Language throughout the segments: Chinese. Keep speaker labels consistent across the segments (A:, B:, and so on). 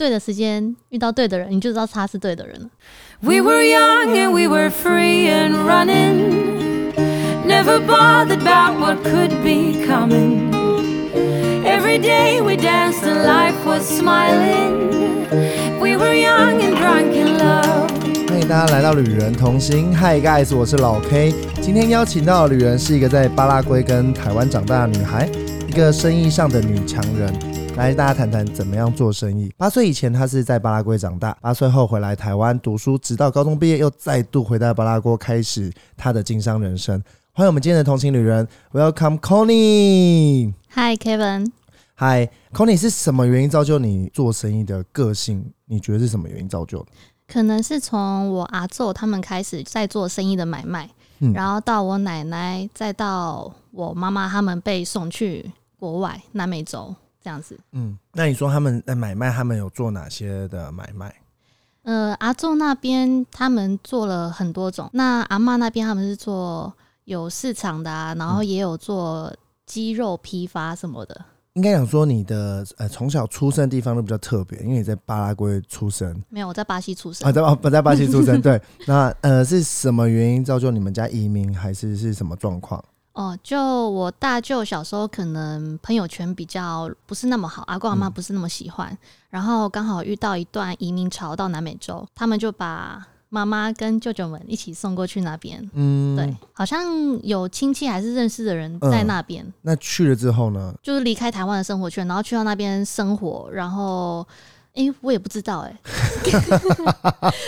A: 对的时间遇到对的人，你就知道他是对的人了。
B: We were young and we were free and running. Never bothered about what could be coming. Every day we danced and life was smiling. We were young and drunk in love.
C: 欢迎大家来到旅人同行，Hi guys，我是老 K。今天邀请到的旅人是一个在巴拉圭跟台湾长大的女孩，一个生意上的女强人。来，大家谈谈怎么样做生意。八岁以前，她是在巴拉圭长大，八岁后回来台湾读书，直到高中毕业，又再度回到巴拉圭，开始她的经商人生。欢迎我们今天的同行旅人，Welcome Connie。
A: 嗨，Kevin，
C: 嗨，Connie 是什么原因造就你做生意的个性？你觉得是什么原因造就的？
A: 可能是从我阿昼他们开始在做生意的买卖，
C: 嗯
A: 然后到我奶奶，再到我妈妈他们被送去国外南美洲这样子。
C: 嗯，那你说他们在买卖，他们有做哪些的买卖？
A: 呃，阿昼那边他们做了很多种，那阿嬷那边他们是做有市场的啊，然后也有做鸡肉批发什么的。
C: 应该讲说你的呃从小出生的地方都比较特别，因为你在巴拉圭出生
A: 没有，我在巴西出生，
C: 啊，在巴不在巴西出生？对， 那呃是什么原因造就你们家移民，还是是什么状况？
A: 哦，就我大舅小时候可能朋友圈比较不是那么好，阿公阿
C: 嗯
A: 妈不是那么喜欢，然后刚好遇到一段移民潮到南美洲，他们就把妈妈跟舅舅们一起送过去那边。
C: 嗯，
A: 对，。好像有亲戚还是认识的人在那边，
C: 那去了之后呢？
A: 就是离开台湾的生活圈，然后去到那边生活，然后。哎、我也不知道哎、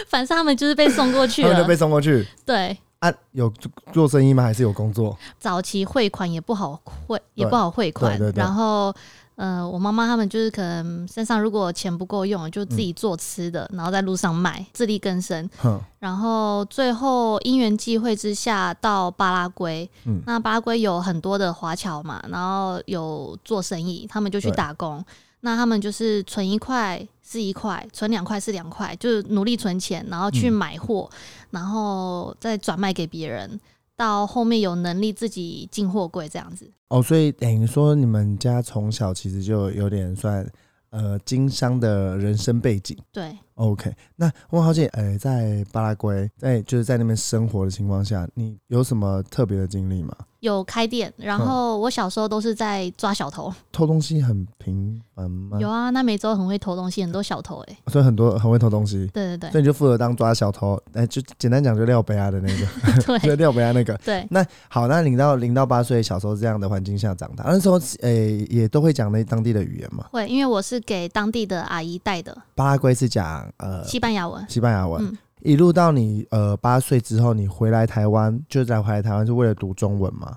A: 反正他们就是被送过去
C: 他们就
A: 了
C: 被。送过去
A: 对，
C: 啊？有做做生意吗？还是有工作？
A: 早期汇款也不好汇，也
C: 对
A: 不好汇款。
C: 对对对
A: 然后，呃，我妈妈他们就是可能身上如果钱不够用，就自
C: 嗯
A: 己做吃的，然后在路上卖，自力更生。
C: 哼，
A: 然后最后因缘际会之下到巴拉圭，
C: 嗯
A: 那巴拉圭有很多的华侨嘛，然后有做生意，他们就去
C: 对
A: 打工。那他们就是存一块是一块，存两块是两块，就是努力存钱，然后去
C: 嗯
A: 买货，然后再转卖给别人。到后面有能力自己进货柜这样子，
C: 哦，所以等于说你们家从小其实就有点算呃经商的人生背景。
A: 对，
C: OK，那我好奇，呃，在巴拉圭，在就是在那边生活的情况下，你有什么特别的经历吗？
A: 有开店。然
C: 嗯
A: 后我小时候都是在抓小偷，
C: 偷东西很频繁吗？
A: 有啊，那美洲很会偷东西，很多小偷哎、
C: 所以很多很会偷东西，
A: 对对
C: 所以你就负责当抓小偷，哎、就简单讲就廖北亚的那个，
A: 对
C: 就
A: 对
C: 廖北亚那个。
A: 对，
C: 那好，那零到零到八岁，小时候这样的环境下长大，那时候呃、也都会讲那当地的语言嘛。
A: 会，因为我是给当地的阿姨带的
C: 巴拉圭是讲呃
A: 西班牙文。
C: 西班牙文，
A: 嗯
C: 一路到你呃八岁之后，你回来台湾，就在回来台湾是为了读中文嘛？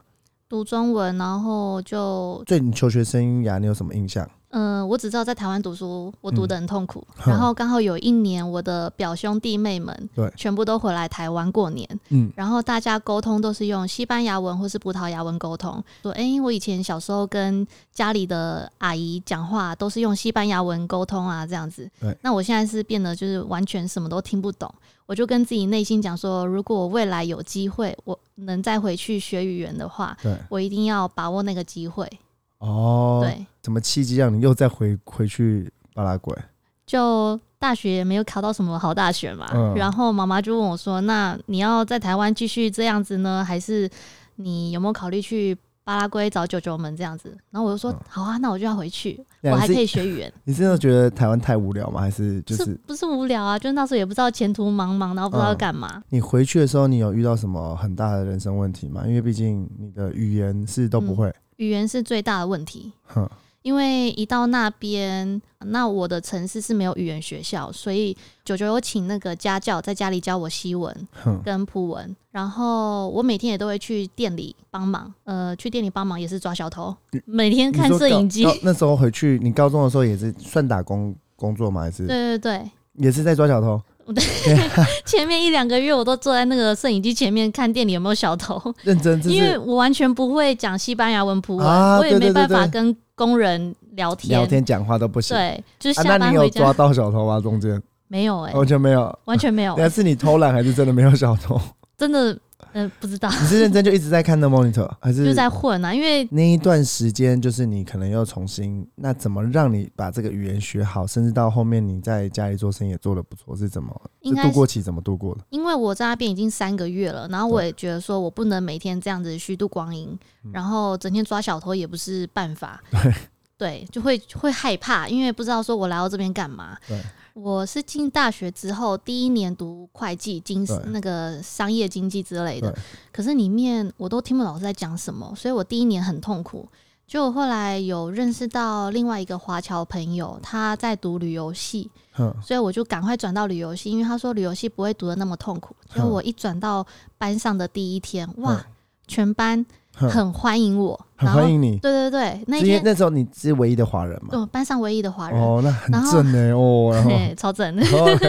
A: 读中文，然后就
C: 对你求学生涯，你有什么印象？
A: 嗯、呃我只知道在台湾读书，我读得很痛苦。
C: 哼
A: 然后刚好有一年，我的表兄弟妹们
C: 对
A: 全部都回来台湾过年，
C: 嗯，
A: 然后大家沟通都是用西班牙文或是葡萄牙文沟通，说哎、我以前小时候跟家里的阿姨讲话都是用西班牙文沟通啊，这样子
C: 对。
A: 那我现在是变得就是完全什么都听不懂，我就跟自己内心讲说，如果我未来有机会，我能再回去学语言的话，
C: 对，
A: 我一定要把握那个机会。
C: 哦，，
A: 对，
C: 什么契机让你又再回回去巴拉圭？
A: 就大学没有考到什么好大学嘛，
C: 嗯
A: 然后妈妈就问我说：“那你要在台湾继续这样子呢，还是你有没有考虑去巴拉圭找舅舅们这样子？”然后我就说：“
C: 嗯
A: 好啊，那我就要回去，
C: 对啊
A: 我还可
C: 你
A: 以
C: 是
A: 学语言。
C: 你真的觉得台湾太无聊吗？还是就是是
A: 不是无聊啊？就是那时候也不知道前途茫茫，然后不知
C: 嗯
A: 道要干嘛。
C: 你回去的时候，你有遇到什么很大的人生问题吗？因为毕竟你的语言是都不会，
A: 语言是最大的问题，
C: 哼，
A: 因为一到那边，那我的城市是没有语言学校，所以舅舅有请那个家教在家里教我西文，
C: 哼，
A: 跟普文，然后我每天也都会去店里帮忙，呃，去店里帮忙也是抓小偷，每天嗯看摄影机
C: 你，说高高那时候回去，你高中的时候也是算打工工作吗？还是
A: 对对对，
C: 也是在抓小偷？
A: 前面一两个月我都坐在那个摄影机前面看店里有没有小偷，
C: 认真，这
A: 因为
C: 是
A: 我完全不会讲西班牙文普文，
C: 啊
A: 我也没
C: 对对对
A: 办法
C: 对
A: 跟工人聊天，
C: 聊天讲话都不行。
A: 对，就是
C: 啊，
A: 下
C: 那
A: 班
C: 你有
A: 回家、
C: 抓到小偷吗？中间
A: 没有哎、
C: 完全没有，
A: 完全没有，
C: 但是你偷懒还是真的没有小偷？
A: 真的呃不知道，
C: 你是认真就一直在看的 monitor，还
A: 就是在混啊，因为
C: 那一段时间就是你可能又重新，那怎么让你把这个语言学好，甚至到后面你在家里做生意也做的不错，是怎么
A: 应
C: 是
A: 该
C: 度
A: 是
C: 过期怎么度过的？
A: 因为我在那边已经三个月了，然后我也觉得说我不能每天这样子虚度光阴，然后整天抓小偷也不是办法。
C: 嗯 对
A: 对，就会会害怕，因为不知道说我来到这边干嘛。
C: 对，
A: 我是进大学之后第一年读会计、经
C: 对
A: 那个商业经济之类的
C: 对，
A: 可是里面我都听不懂老师在讲什么，所以我第一年很痛苦。就我后来有认识到另外一个华侨朋友，他在读旅游系，
C: 哼，
A: 所以我就赶快转到旅游系，因为他说旅游系不会读的那么痛苦。所以
C: 嗯
A: 我一转到班上的第一天，哇
C: 嗯，
A: 全班
C: 哼
A: 很欢迎我，
C: 很
A: 然后
C: 欢迎你，
A: 对对对，那一
C: 因为
A: 天
C: 那时候你是唯一的华人嘛，
A: 我班上唯一的华人，
C: 哦，那很
A: 然后
C: 正呢，哦，然后
A: 嘿，超正。
C: 哦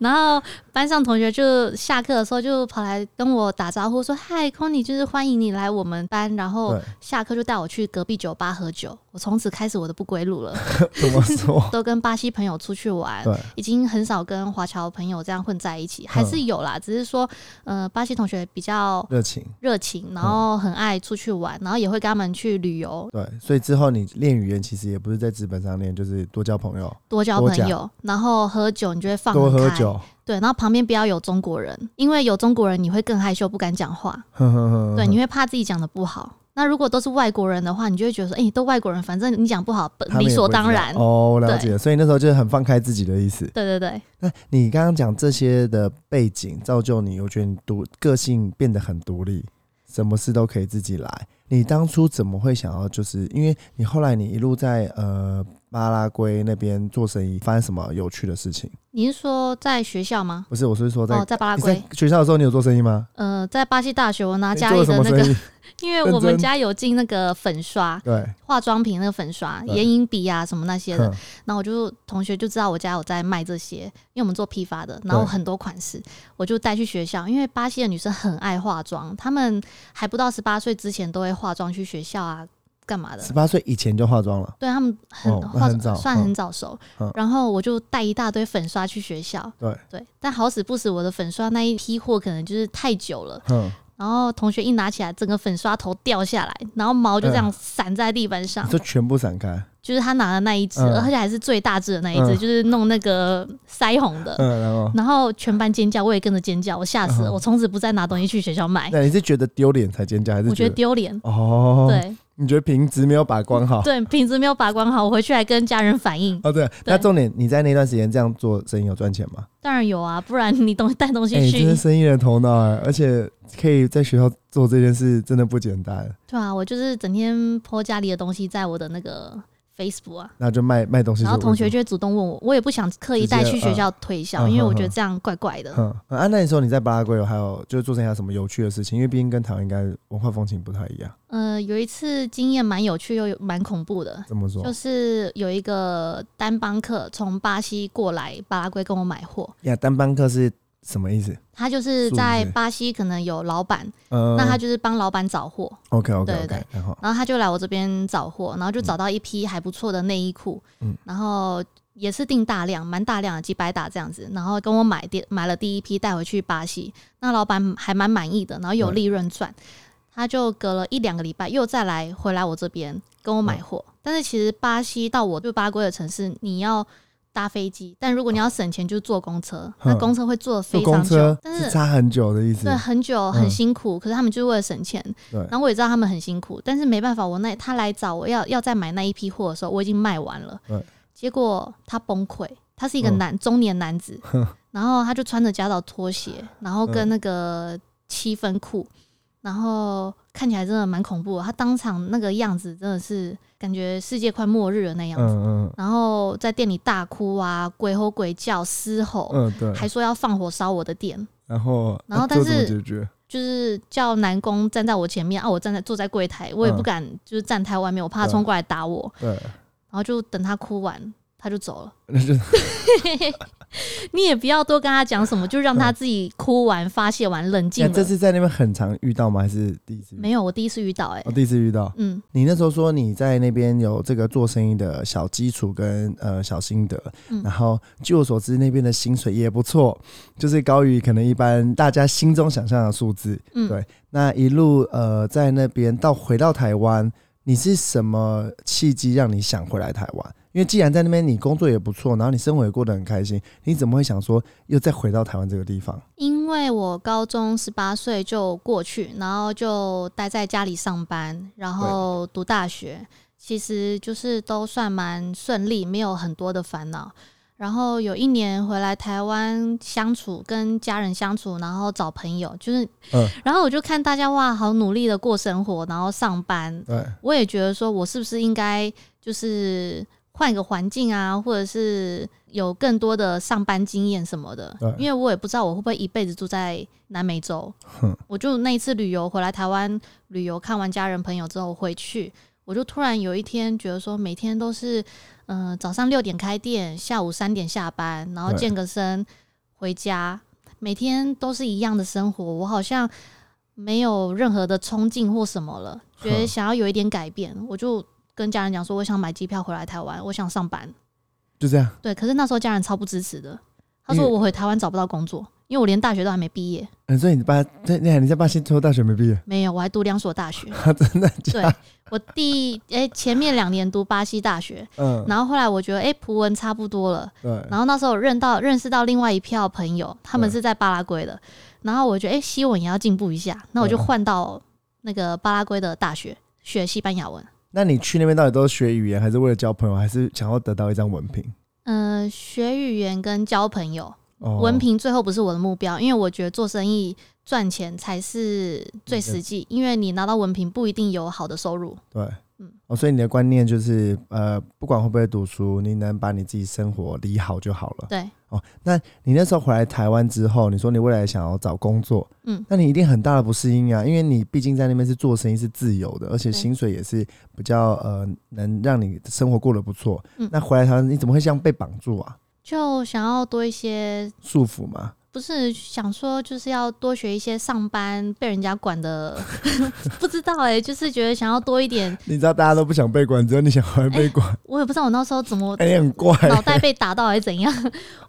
A: 然后班上同学就下课的时候就跑来跟我打招呼说：“嗨 c o n y 就是欢迎你来我们班。”然 后
C: 对
A: 下课就带我去隔壁酒吧喝酒。我从此开始我的不归 路了，
C: 怎么说？
A: 都跟巴西朋友出去玩，
C: 对，
A: 已经很少跟华侨朋友这样混在一起，还
C: 嗯
A: 是有啦，只是说呃，巴西同学比较
C: 热情，
A: 热情，然后很爱出去玩，然后也会跟他们去旅游，
C: 对，所以之后你练语言其实也不是在资本上练，就是多交朋友，
A: 多交
C: 多
A: 朋
C: 讲
A: 友，然后喝酒，你就会放
C: 多
A: 得
C: 喝
A: 开
C: 酒，
A: 对，然后旁边不要有中国人，因为有中国人你会更害羞，不敢讲话，
C: 哼哼嗯哼，
A: 对，你会怕自己讲的不好。那如果都是外国人的话，你就会觉得说，哎、都外国人，反正你讲不好，本
C: 他们
A: 理
C: 也
A: 所
C: 不会
A: 当
C: 知道
A: 然。
C: 哦，了
A: 对
C: 解，所以那时候就是很放开自己的意思。
A: 对对对，
C: 那你刚刚讲这些的背景，造就你，我觉得你独个性变得很独立，什么事都可以自己来。你当初怎么会想要，就是因为你后来你一路在呃巴拉圭那边做生意，发生什么有趣的事情？
A: 你是说在学校吗？
C: 不是，我是说在、
A: 哦，在巴拉
C: 你在
A: 圭，
C: 学校的时候，你有做生意吗？
A: 呃，在巴西大学，我拿
C: 你
A: 啊家
C: 做了
A: 里
C: 什
A: 的
C: 么
A: 那个，
C: 生意？
A: 因为我
C: 认真
A: 们家有进那个粉刷、
C: 对，
A: 化妆品那个粉刷、
C: 对
A: 眼影笔啊什么那些的，
C: 哼
A: 然后我就同学就知道我家有在卖这些，因为我们做批发的，然后
C: 对
A: 很多款式，我就带去学校。因为巴西的女生很爱化妆，她们还不到十八岁之前都会化妆去学校啊，干嘛的
C: 十？八岁以前就化妆了，
A: 对她们很、
C: 哦那
A: 化
C: 很早
A: 妆算
C: 嗯
A: 很早熟，
C: 嗯
A: 然后我就带一大堆粉刷去学校。
C: 对
A: 对，但好死不死，我的粉刷那一批货可能就是太久了，
C: 哼，
A: 然后同学一拿起来，整个粉刷头掉下来，然后毛就这样
C: 嗯
A: 散在地板上
C: 你。就全部散开，
A: 就是他拿的那一只，
C: 嗯
A: 而且还是最大只的那一只，
C: 嗯
A: 就是弄那个腮红的。
C: 嗯，然后。
A: 然后全班尖叫，我也跟着尖叫，我吓死了。
C: 嗯
A: 我从此不再拿东西去学校卖，
C: 那你是觉得丢脸才尖叫，还是
A: 我觉
C: 觉
A: 得丢脸。
C: 哦？，
A: 对
C: 你觉得瓶子没有把关好？
A: 对，瓶子没有把关好，我回去还跟家人反映。
C: 哦，对，那重点，你在那段时间这样做生意有赚钱吗？
A: 当然有啊，不然你东带东西
C: 哎、
A: 去
C: 这是，生意的头脑哎，而且可以在学校做这件事，真的不简单。
A: 对啊，我就是整天泼家里的东西在我的那个 Facebook 啊。
C: 那就卖卖东西是为主，
A: 然后同学就会主动问我，我也不想刻意带
C: 直接
A: 去学校推销，
C: 嗯
A: 因为
C: 嗯
A: 我觉得
C: 嗯
A: 这样怪怪的。
C: 嗯，嗯啊，那你说你在巴拉圭有还有就是做生意还有什么有趣的事情？因为毕竟跟台湾应该文化风情不太一样，
A: 呃，有一次经验蛮有趣又有蛮恐怖的，
C: 怎么说？
A: 就是有一个单帮客从巴西过来巴拉圭跟我买货，
C: 呀，单班课是什么意思？
A: 他就是
C: 素
A: 在
C: 质
A: 巴西可能有老板，
C: 嗯，
A: 那他就是帮老板找货，
C: OK OK
A: 对
C: OK，
A: 对
C: 然后
A: 然后他就来我这边找货，然后就找到一批还不错的内衣裤，
C: 嗯
A: 然后也是订大量，蛮大量的几百打这样子，然后跟我买第买了第一批带回去巴西，那老板还蛮满意的，然后有
C: 对
A: 利润赚，他就隔了一两个礼拜又再来回来我这边跟我买
C: 嗯
A: 货，但是其实巴西到我对巴圭的城市，你要。搭飞机，但如果你要省钱，就坐公车。那
C: 嗯
A: 公车会坐得
C: 哦坐
A: 非
C: 公
A: 常久，
C: 车
A: 但
C: 是
A: 是
C: 差很久的意思
A: 对，。很久
C: 嗯
A: 很辛苦，可是他们就是为了省钱。
C: 对，
A: 然后我也知道他们很辛苦，但是没办法，我那他来找我要要再买那一批货的时候，我已经卖完了
C: 对。
A: 结果他崩溃，他是一个
C: 嗯
A: 男、中年男 子，然后他就穿着夹脚拖鞋，然后跟
C: 嗯
A: 那个七分裤，然后看起来真的蛮恐怖的。他当场那个样子真的是感觉世界快末日了那样子，
C: 嗯嗯
A: 然后在店里大哭啊，鬼吼鬼叫，嘶吼，
C: 嗯，对。
A: 还说要放火烧我的店。
C: 然后
A: 然后
C: 啊
A: 但
C: 这怎么
A: 是
C: 解决？
A: 就是叫南工站在我前面啊，我站在坐在柜台，我也不敢就是站台外面，我怕他冲过来打我，
C: 对，
A: 然 后就等他哭完他就走了。
C: 那就
A: 你也不要多跟他讲什么，就让他自己哭完、发泄完、冷静
C: 那哎这
A: 了。
C: 次在那边很常遇到吗？还是第一次遇到？
A: 没有，我第一次遇到、欸，哎
C: 我、，哦第一次遇到。
A: 嗯，
C: 你那时候说你在那边有这个做生意的小基础跟呃小心得，
A: 嗯
C: 然后据我所知那边的薪水也不错，就是高于可能一般大家心中想象的数字。
A: 嗯
C: 对。那一路呃在那边到回到台湾，你是什么契机让你想回来台湾？因为既然在那边你工作也不错，然后你生活也过得很开心，你怎么会想说又再回到台湾这个地方？
A: 因为我高中十八岁就过去，然后就待在家里上班，然后读大学，其实就是都算蛮顺利，没有很多的烦恼。然后有一年回来台湾相处，跟家人相处，然后找朋友，就是，
C: 嗯
A: 然后我就看大家哇，好努力的过生活，然后上班，
C: 对，
A: 我也觉得说，我是不是应该就是换一个环境啊，或者是有更多的上班经验什么的
C: 对。
A: 因为我也不知道我会不会一辈子住在南美洲
C: 哼。
A: 我就那一次旅游回来台湾旅游，看完家人朋友之后回去，我就突然有一天觉得说，每天都是嗯、呃早上六点开店，下午三点下班，然后
C: 对
A: 健个身回家，每天都是一样的生活，我好像没有任何的冲劲或什么了，觉得
C: 哼
A: 想要有一点改变，我就跟家人讲说，我想买机票回来台湾，我想上班。
C: 就这样。
A: 对，可是那时候家人超不支持的，他
C: 因
A: 说
C: 为
A: 我回台湾找不到工作，因为我连大学都还没毕业，
C: 嗯，所以你爸，对，你你在巴西读大学没毕业，
A: 没有，我还读两所大学。
C: 真的假
A: 对
C: 的？
A: 我第诶、前面两年读巴西大学，
C: 嗯，
A: 然后后来我觉得诶、葡文差不多了，
C: 对，
A: 然后那时候我认到认识到另外一票朋友，他们
C: 对
A: 是在巴拉圭的，然后我觉得哎、诶西文也要进步一下，那我就
C: 嗯
A: 换到那个巴拉圭的大学学西班牙文。
C: 那你去那边到底都是学语言，还是为了交朋友，还是想要得到一张文凭？
A: 嗯、学语言跟交朋友，
C: 哦
A: 文凭最后不是我的目标，因为我觉得做生意赚钱才是最实际，因为你拿到文凭不一定有好的收入。
C: 对，
A: 嗯
C: 哦，所以你的观念就是，呃，不管会不会读书，你能把你自己生活理好就好了。
A: 对，
C: 哦，那你那时候回来台湾之后，你说你未来想要找工作，
A: 嗯，
C: 那你一定很大的不适应啊，因为你毕竟在那边是做生意是自由的，而且
A: 对
C: 薪水也是比较呃能让你生活过得不错。
A: 嗯
C: 那回来台湾你怎么会像被绑住啊？
A: 就想要多一些
C: 束缚嘛？
A: 不是想说，就是要多学一些上班被人家管的， 不知道哎、就是觉得想要多一点。
C: 你知道大家都不想被管，只有你想回来被 管，
A: 我也不知道我那时候怎么
C: 哎、你很怪、
A: 脑袋被打到还是怎样，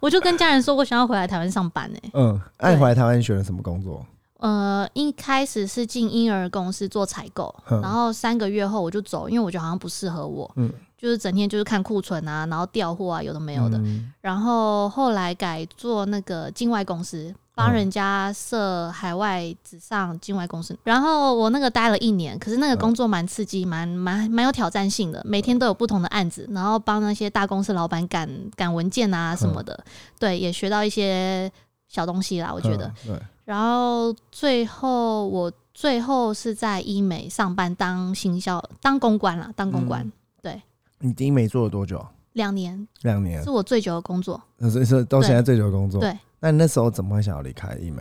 A: 我就跟家人说我想要回来台湾上班哎、
C: 嗯，那你
A: 对
C: 回来台湾你选了什么工作？
A: 呃，一开始是进婴儿公司做采购，
C: 嗯
A: 然后三个月后我就走，因为我觉得好像不适合我，
C: 嗯
A: 就是整天就是看库存啊，然后调货啊，有的没
C: 没
A: 有的。
C: 嗯、
A: 然后后来改做那个境外公司，帮人家设海外纸上境外公司。然后我那个待了一年，可是那个工作蛮刺激，蛮蛮蛮有挑战性的，每天都有不同的案子，然后帮那些大公司老板赶赶文件啊什么的。对，也学到一些小东西啦，我觉得。
C: 嗯对，
A: 然后最后我最后是在医美上班当行销当公关啦，当公关
C: 你第一美做了多久？
A: 两、年，
C: 两年
A: 是，我最久的工作。
C: 所以说到现在最久的工作。
A: 对，
C: 那你那时候怎么会想要离开医美？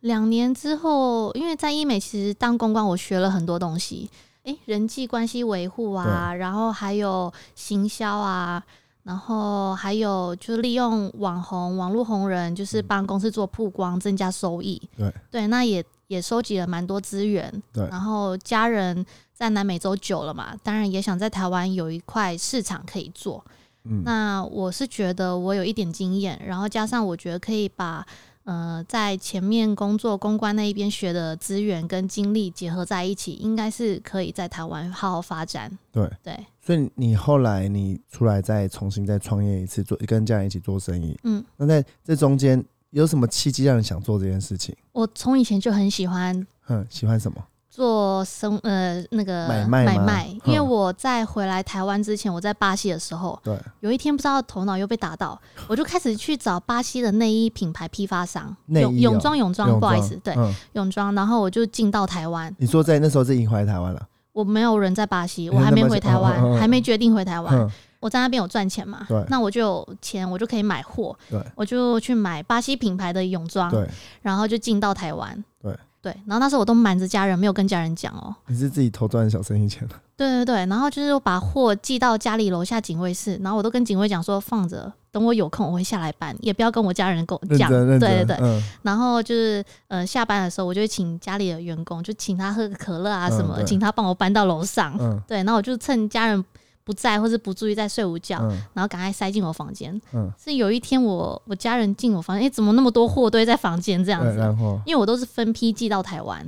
A: 两年之后，因为在医美其实当公关，我学了很多东西，诶、人际关系维护啊，然后还有行销啊，然后还有就是利用网红、网络红人，就是帮公司做曝光，增加收益。
C: 嗯对
A: 那也也收集了蛮多资源。
C: 对
A: 然后家人在南美洲久了嘛，当然也想在台湾有一块市场可以做。
C: 嗯，
A: 那我是觉得我有一点经验，然后加上我觉得可以把呃在前面工作公关那一边学的资源跟经历结合在一起，应该是可以在台湾好好发展。
C: 对
A: 对，
C: 所以你后来你出来再重新再创业一次，做跟家人一起做生意。
A: 嗯，
C: 那在这中间有什么契机让你想做这件事情？
A: 我从以前就很喜欢
C: 嗯，喜欢什么？
A: 做生呃那个
C: 买卖吗
A: 买卖，因为
C: 嗯
A: 我在回来台湾之前，我在巴西的时候，
C: 对，
A: 有一天不知道头脑又被打到，我就开始去找巴西的内衣品牌批发商，
C: 内
A: 泳
C: 衣哦
A: 泳装泳装，
C: 泳
A: 不好意思，对，
C: 嗯，
A: 泳装，然后我就进到台湾。
C: 你说在那时候是已经回来台湾了，
A: 我没有人在巴西，
C: 没
A: 我
C: 人在
A: 还没
C: 巴西
A: 回台湾，
C: 哦哦哦
A: 还没决定回台湾。
C: 嗯，
A: 我在那边有赚钱嘛
C: 对，
A: 那我就有钱，我就可以买货
C: 对，
A: 我就去买巴西品牌的泳装，
C: 对，
A: 然后就进到台湾。
C: 对
A: 对，然后那时候我都瞒着家人，没有跟家人讲哦。
C: 你是自己偷赚小生意钱的，
A: 对对对，然后就是我把货寄到家里楼下警卫室，然后我都跟警卫讲说放着，等我有空我会下来搬，也不要跟我家人跟我
C: 认
A: 讲。
C: 真认
A: 对
C: 真，
A: 对对，
C: 嗯，
A: 然后就是呃下班的时候，我就会请家里的员工，就请他喝个可乐啊
C: 嗯
A: 什么，
C: 对
A: 请他帮我搬到楼上。
C: 嗯
A: 对，然后我就趁家人不在或是不注意在睡午觉，
C: 嗯
A: 然后赶快塞进我房间。
C: 嗯，
A: 是有一天我我家人进我房间，哎、怎么那么多货堆在房间这样
C: 对
A: 子？
C: 然后
A: 因为我都是分批寄到台湾，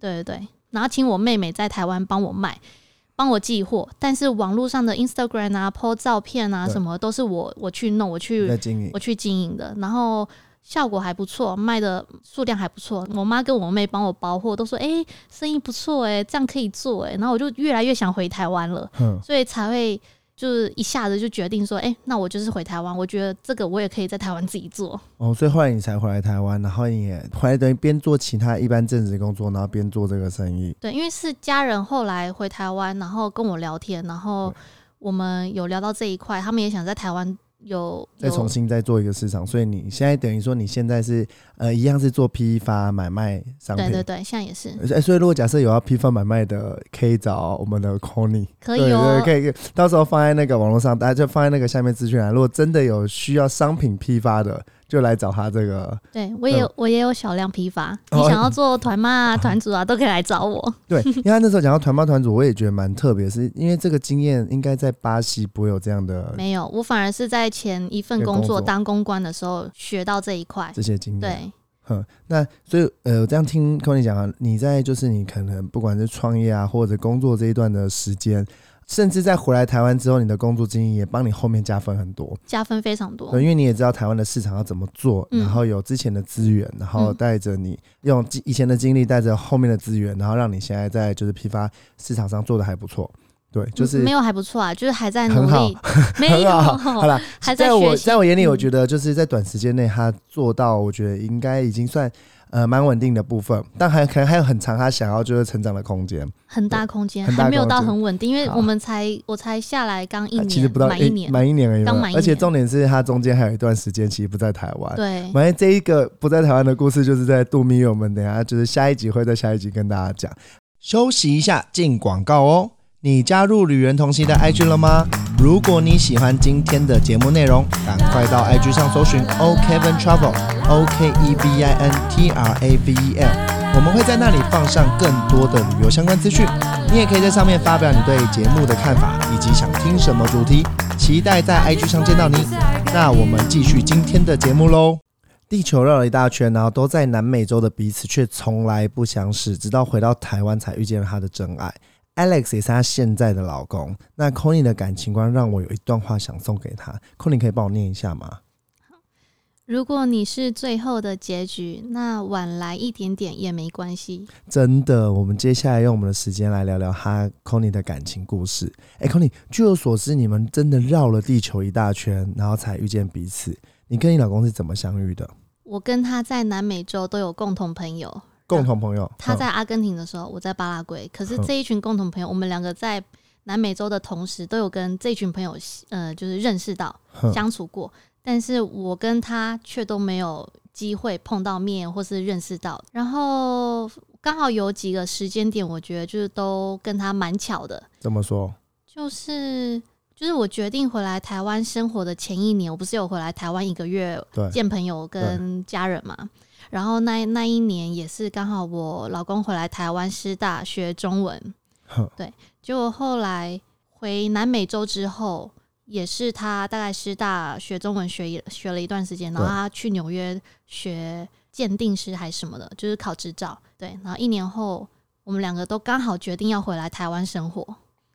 A: 对对对，然后请我妹妹在台湾帮我卖，帮我寄货，但是网络上的 Instagram 啊、po 照片啊
C: 对
A: 什么都是我我去弄，我
C: 你在
A: 去
C: 经营
A: 我，去经营的，然后。效果还不错，卖的数量还不错。我妈跟我妹帮我包货，都说：“哎、生意不错哎、这样可以做哎、然后我就越来越想回台湾了，
C: 嗯，
A: 所以才会就是一下子就决定说：“哎、那我就是回台湾。”我觉得这个我也可以在台湾自己做。
C: 哦，所以后来你才回来台湾，然后你也回来等于边做其他一般正职工作，然后边做这个生意，
A: 对，因为是家人后来回台湾，然后跟我聊天，然后我们有聊到这一块，他们也想在台湾有
C: 再
A: 有
C: 重新再做一个市场。所以你现在等于说你现在是呃一样是做批发买卖商
A: 对
C: 品。
A: 对对，现在也是
C: 而且哎所以如果假设有要批发买卖的，可以找我们的 Conny，
A: 可以
C: 对
A: 哦
C: 对，可以，可以到时候放在那个网络上，大家就放在那个下面资讯栏。如果真的有需要商品批发的，就来找他这个。
A: 对我也
C: 嗯
A: 我也有小量批发，
C: 哦
A: 你想要做团妈啊、团主啊，都可以来找我。
C: 对，因为他那时候讲到团妈团主，我也觉得蛮特别，是因为这个经验应该在巴西不会有这样的
A: 没有，我反而是在前一份
C: 有
A: 工
C: 工
A: 作
C: 作
A: 当公关的时候学到这一块。
C: 这些经验。
A: 对，
C: 哼，那所以呃，我这样听 c o n y 讲啊，你在就是你可能不管是创业啊，或者工作这一段的时间，甚至在回来台湾之后，你的工作经验也帮你后面加分很多。
A: 加分非常多
C: 对，。因为你也知道台湾的市场要怎么做，
A: 嗯
C: 然后有之前的资源，然后带着你用以以前的经历，带着后面的资源，然后让你现在在就是批发市场上做的还不错。对，就是
A: 嗯没有还不错啊，就是还在努
C: 很好
A: 力，没
C: 很
A: 有
C: 好，好啦，
A: 哎还在
C: 在我
A: 学习。
C: 在我眼里，
A: 嗯
C: 我觉得就是在短时间内他做到，我觉得应该已经算呃蛮稳定的部分，但还可能还有很长他想要就是成长的空间，
A: 很大空间，
C: 很大
A: 还没有到
C: 空间
A: 很稳定，因为
C: 好啊
A: 我们才我才下来刚一年，
C: 其实不到哎
A: 满一年，
C: 满一年而已嘛
A: 刚满一，年
C: 而且重点是他中间还有一段时间其实不在台湾。
A: 对，
C: 反正这一个不在台湾的故事，就是在度蜜月。我们等一下就是下一集会在下一集跟大家讲。休息一下，进广告哦。你加入旅人同行的 IG 了吗？如果你喜欢今天的节目内容，赶快到 IG 上搜寻 O Kevin Travel O K E V I N T R A V E L，我们会在那里放上更多的旅游相关资讯。你也可以在上面发表你对节目的看法，以及想听什么主题。期待在 IG 上见到你。那我们继续今天的节目喽。地球绕了一大圈，然后都在南美洲的彼此却从来不相识，直到回到台湾才遇见了她的真爱。Alex 也是她现在的老公。那 c o n y 的感情观让我有一段话想送给她 c o n y 可以帮我念一下吗？
A: 如果你是最后的结局，那晚来一点点也没关系。
C: 真的，我们接下来用我们的时间来聊聊她 c o n y 的感情故事。哎 c o n y 据我所知，你们真的绕了地球一大圈，然后才遇见彼此。你跟你老公是怎么相遇的？
A: 我跟他在南美洲都有共同朋友，
C: 共同朋友？
A: 他在阿根廷的时候，我在巴拉圭。可是
C: 嗯
A: 这一群共同朋友，我们两个在南美洲的同时，都有跟这群朋友呃，就是认识到、
C: 哼
A: 相处过，但是我跟他却都没有机会碰到面或是认识到。然后刚好有几个时间点，我觉得就是都跟他蛮巧的，
C: 怎么说？
A: 就是就是我决定回来台湾生活的前一年，我不是有回来台湾一个月
C: 对
A: 见朋友跟家人嘛。然后那那一年也是刚好我老公回来台湾师大学中文，
C: 哼
A: 结果后来回南美洲之后，也是他大概师大学中文学一学了一段时间，然后
C: 对
A: 他去纽约学鉴定师还是什么的，就是考执照。对，然后一年后我们两个都刚好决定要回来台湾生活，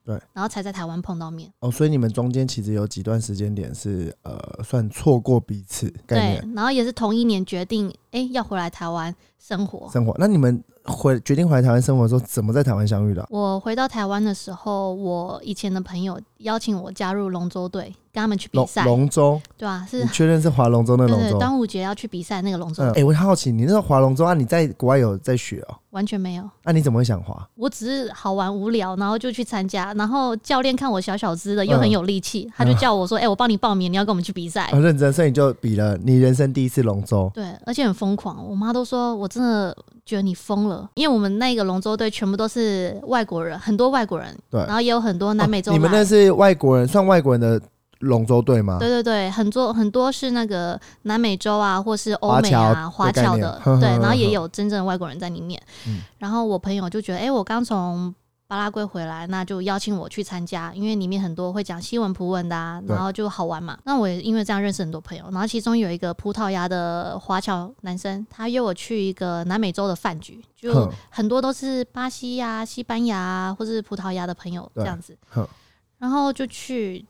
C: 对，
A: 然后才在台湾碰到面。
C: 哦，所以你们中间其实有几段时间点是呃，算错过彼此概
A: 对
C: 念，
A: 然后也是同一年决定，哎、要回来台湾生活。
C: 生活。那你们回决定回来台湾生活的时候，怎么在台湾相遇的啊、
A: 我回到台湾的时候，我以前的朋友邀请我加入龙舟队，跟他们去比
C: 龙
A: 赛，
C: 龙舟，
A: 对吧、啊？是
C: 你，确认是划龙舟那
A: 对
C: 龙
A: 对，
C: 舟？
A: 端午节要去比赛那个龙舟
C: 嗯，哎、
A: 队、
C: 我好奇，你那时候划龙舟啊？你在国外有在学哦？
A: 完全没有，
C: 那、你怎么会想划？
A: 我只是好玩无聊，然后就去参加。然后教练看我小小只的，又很
C: 嗯
A: 有力气，他就叫我说：“哎、我帮你报名，你要跟我们去比赛。
C: 很、认真，所以你就比了你人生第一次龙舟。
A: 对，而且很疯狂，我妈都说我真的觉得你疯了，因为我们那个龙舟队全部都是外国人，很多外国人，
C: 对
A: 然后也有很多南美洲
C: 哦
A: 来、
C: 你们那是外国人，算外国人的龙舟队吗？
A: 对对对，很多很多是那个南美洲啊，或是欧
C: 华
A: 美
C: 侨
A: 啊、华
C: 的概
A: 侨
C: 念
A: 的，
C: 呵呵
A: 对，
C: 呵
A: 然后也
C: 呵
A: 有真正的外国人在里面。
C: 嗯
A: 然后我朋友就觉得，哎、我刚从巴拉圭回来，那就邀请我去参加，因为里面很多会讲西文、葡文的、啊，
C: 对
A: 然后就好玩嘛。那我也因为这样认识很多朋友，然后其中有一个葡萄牙的华侨男生，他约我去一个南美洲的饭局，就
C: 哼
A: 很多都是巴西呀、西班牙、啊、或是葡萄牙的朋友
C: 对
A: 这样子
C: 哼，
A: 然后就去，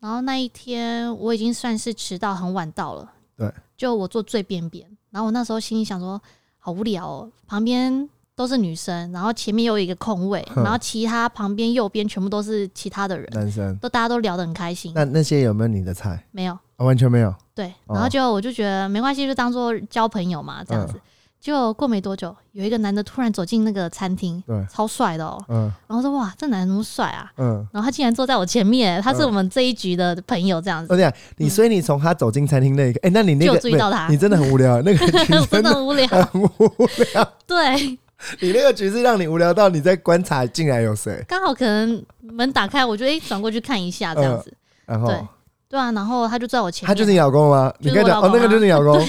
A: 然后那一天我已经算是迟到很晚到了，
C: 对，
A: 就我坐最边边，然后我那时候心里想说，好无聊哦，旁边都是女生，然后前面又有一个空位，
C: 哼
A: 然后其他旁边右边全部都是其他的人，
C: 男生，
A: 都大家都聊得很开心，
C: 那那些有没有你的菜？
A: 没有。
C: 啊完全没有。
A: 对，
C: 哦
A: 然后就我就觉得没关系，就当做交朋友嘛，这样
C: 嗯
A: 子。就过没多久，有一个男的突然走进那个餐厅，
C: 对，
A: 超帅的哦。
C: 嗯
A: 然后说哇，这男的怎么帅啊？
C: 嗯。
A: 然后他竟然坐在我前面，他是
C: 嗯
A: 我们这一局的朋友，这样子
C: 我。讲哦啊你，所以你从他走进餐厅那一刻，哎、那你那
A: 嗯就
C: 个
A: 有注意到他
C: 不是你真的很无 聊，那个局
A: 我真
C: 呃真
A: 的
C: 的
A: 很无聊，
C: 很无聊，
A: 对，
C: 你那个局是让你无聊到你在观察进来有谁，
A: 刚好可能门打开，我就哎转、过去看一下这样子，
C: 然后
A: 对对啊，然后他就在我前面，
C: 呃他就是你老公吗？
A: 就是
C: 你跟他讲
A: 我
C: 哦
A: 老，公啊
C: 那个就是你老公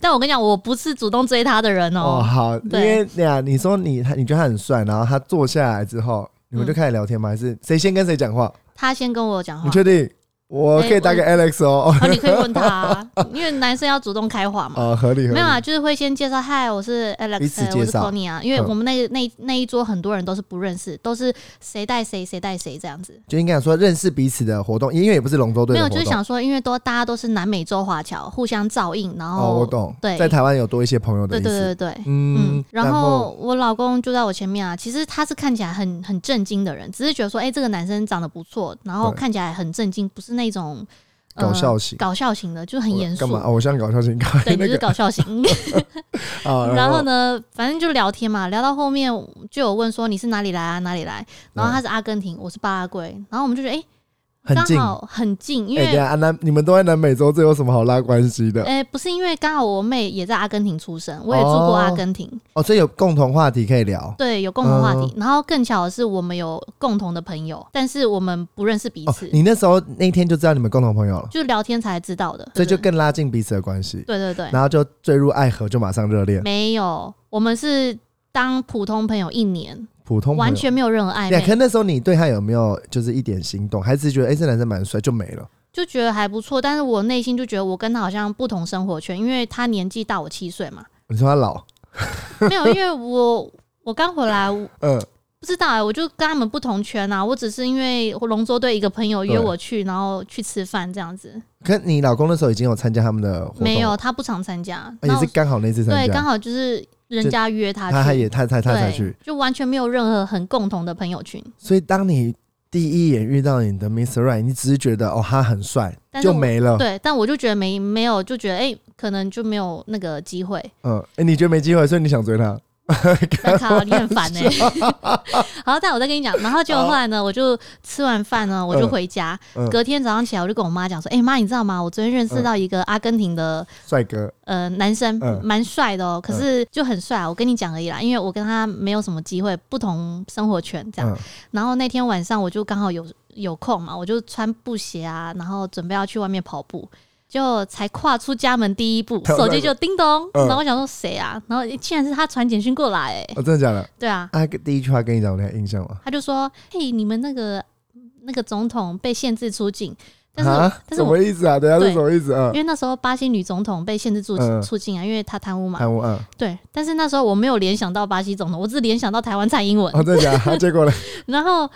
A: 但我跟你讲，我不是主动追他的人
C: 哦，
A: 哦、
C: 好，因
A: 对
C: 为那样你说你他你觉得他很帅，然后他坐下来之后，你
A: 嗯
C: 们就开始聊天吗？还是谁先跟谁讲话？
A: 他先跟我讲话
C: 你，确定？我
A: 哎
C: 可以打给 Alex 哦，
A: 然后你可以问他 啊、因为男生要主动开话嘛。
C: 哦，合理合
A: 没
C: 理
A: 有，啊，就是会先介绍，嗨，我是
C: 彼此
A: Alex，
C: 介
A: 我是
C: 绍
A: Tony 啊，因为
C: 嗯
A: 我们那个那那一桌很多人都是不认识，都是谁带谁，谁带谁这样子。
C: 就应该讲说认识彼此的活动，因为也不是龙舟队
A: 没有，
C: 的活
A: 就
C: 动，
A: 是想说，因为都大家都是南美洲华侨，互相照应，然后、
C: 哦，我懂，
A: 对
C: 在台湾有多一些朋友
A: 对
C: 的意
A: 对
C: 思，
A: 对对。
C: 嗯
A: 嗯，，然后我老公就在我前面啊。其实他是看起来很很震惊的人，只是觉得说，哎、这个男生长得不错，然后
C: 对
A: 看起来很震惊，不是那种、呃
C: 搞笑型
A: 搞笑型的，就是很严肃
C: 干。嘛？哦，我像搞笑型搞
A: 对，就
C: 那
A: 是
C: 个
A: 搞笑型。
C: 啊，
A: 然后呢，反正就聊天嘛，聊到后面就有问说你是哪里来啊，哪里来？然后他是阿根廷，我是巴拉圭，然后我们就觉得哎，
C: 嗯很
A: 刚
C: 近。
A: 好很近，因
C: 哎，等一
A: 为
C: 下啊，南你们都在南美洲，这有什么好拉关系的？
A: 哎不是因为刚好我妹也在阿根廷出生，我也住过阿根廷，
C: 哦，所以有共同话题可以聊。
A: 对，有共同话题
C: 哦。
A: 然后更巧的是，我们有共同的朋友，但是我们不认识彼
C: 哦
A: 此，，
C: 你那时候那天就知道你们共同朋友了，
A: 就聊天才知道的。
C: 所以就
A: 对
C: 更拉近彼此的关系，
A: 对对对，
C: 然后就坠入爱河，就马上热恋。
A: 没有，我们是当普通朋友一年，
C: 普通朋友
A: 完。全没有任何暧
C: 对啊，可
A: 昧，
C: 那时候你对他有没有就是一点心动，还是觉得哎、这男生蛮帅就没了？
A: 就觉得还不错。但是我内心就觉得我跟他好像不同生活圈，因为他年纪大我七岁嘛，
C: 你说他老，
A: 没有，因为我我刚回来，我
C: 嗯、
A: 不知道哎、我就跟他们不同圈啊。我只是因为龙舟队一个朋友约
C: 对
A: 我去，然后去吃饭这样子。
C: 可你老公那时候已经有参加他们的活动，哦
A: 没有，他不常参加，
C: 啊，也
A: 那我
C: 是刚好那次参
A: 对，
C: 加，
A: 刚好就是人家约他去，
C: 他他也他他他才
A: 对
C: 去，，
A: 就完全没有任何很共同的朋友群。
C: 所以当你第一眼遇到你的 Mr. Right，你只是觉得哦他很帅
A: 但是
C: 就
A: 我
C: 没了，
A: 对，但我就觉得没没有，就觉得哎、可能就没有那个机会。
C: 嗯，哎、你觉得没机会，所以你想追他？
A: 但卡你很烦呢、欸 好，但我再跟你讲，然后结果后来呢，我就吃完饭呢，我就回家。
C: 嗯，
A: 隔天早上起来，我就跟我妈讲说：“哎、妈，你知道吗？我昨天认识到一个阿根廷的
C: 帅哥，
A: 呃男生
C: 嗯，
A: 蛮帅的哦，可是就很帅啊。我跟你讲而已啦，因为我跟他没有什么机会，不同生活圈这样。
C: 嗯，
A: 然后那天晚上我就刚好有有空嘛，我就穿布鞋啊，然后准备要去外面跑步，就才跨出家门第一步，
C: 跳
A: 手机就叮咚，
C: 嗯
A: 然后我想说谁啊？然后竟然是他传简讯过来、欸，
C: 哦，真的假的？
A: 对啊，
C: 他第一句话跟你讲，你还有印象吗？
A: 他就说，嘿，你们那个那个总统被限制出境，但是
C: 啊，
A: 但是
C: 什
A: 我
C: 么意思啊？等一下是
A: 对
C: 什么意思啊
A: 因？为那时候巴西女总统被限制出
C: 嗯
A: 出境啊，因为她贪污嘛，
C: 韩文啊，
A: 对，但是那时候我没有联想到巴西总统，我只联想到台湾蔡英文，
C: 哦，真的假 的？啊结果呢？
A: 然后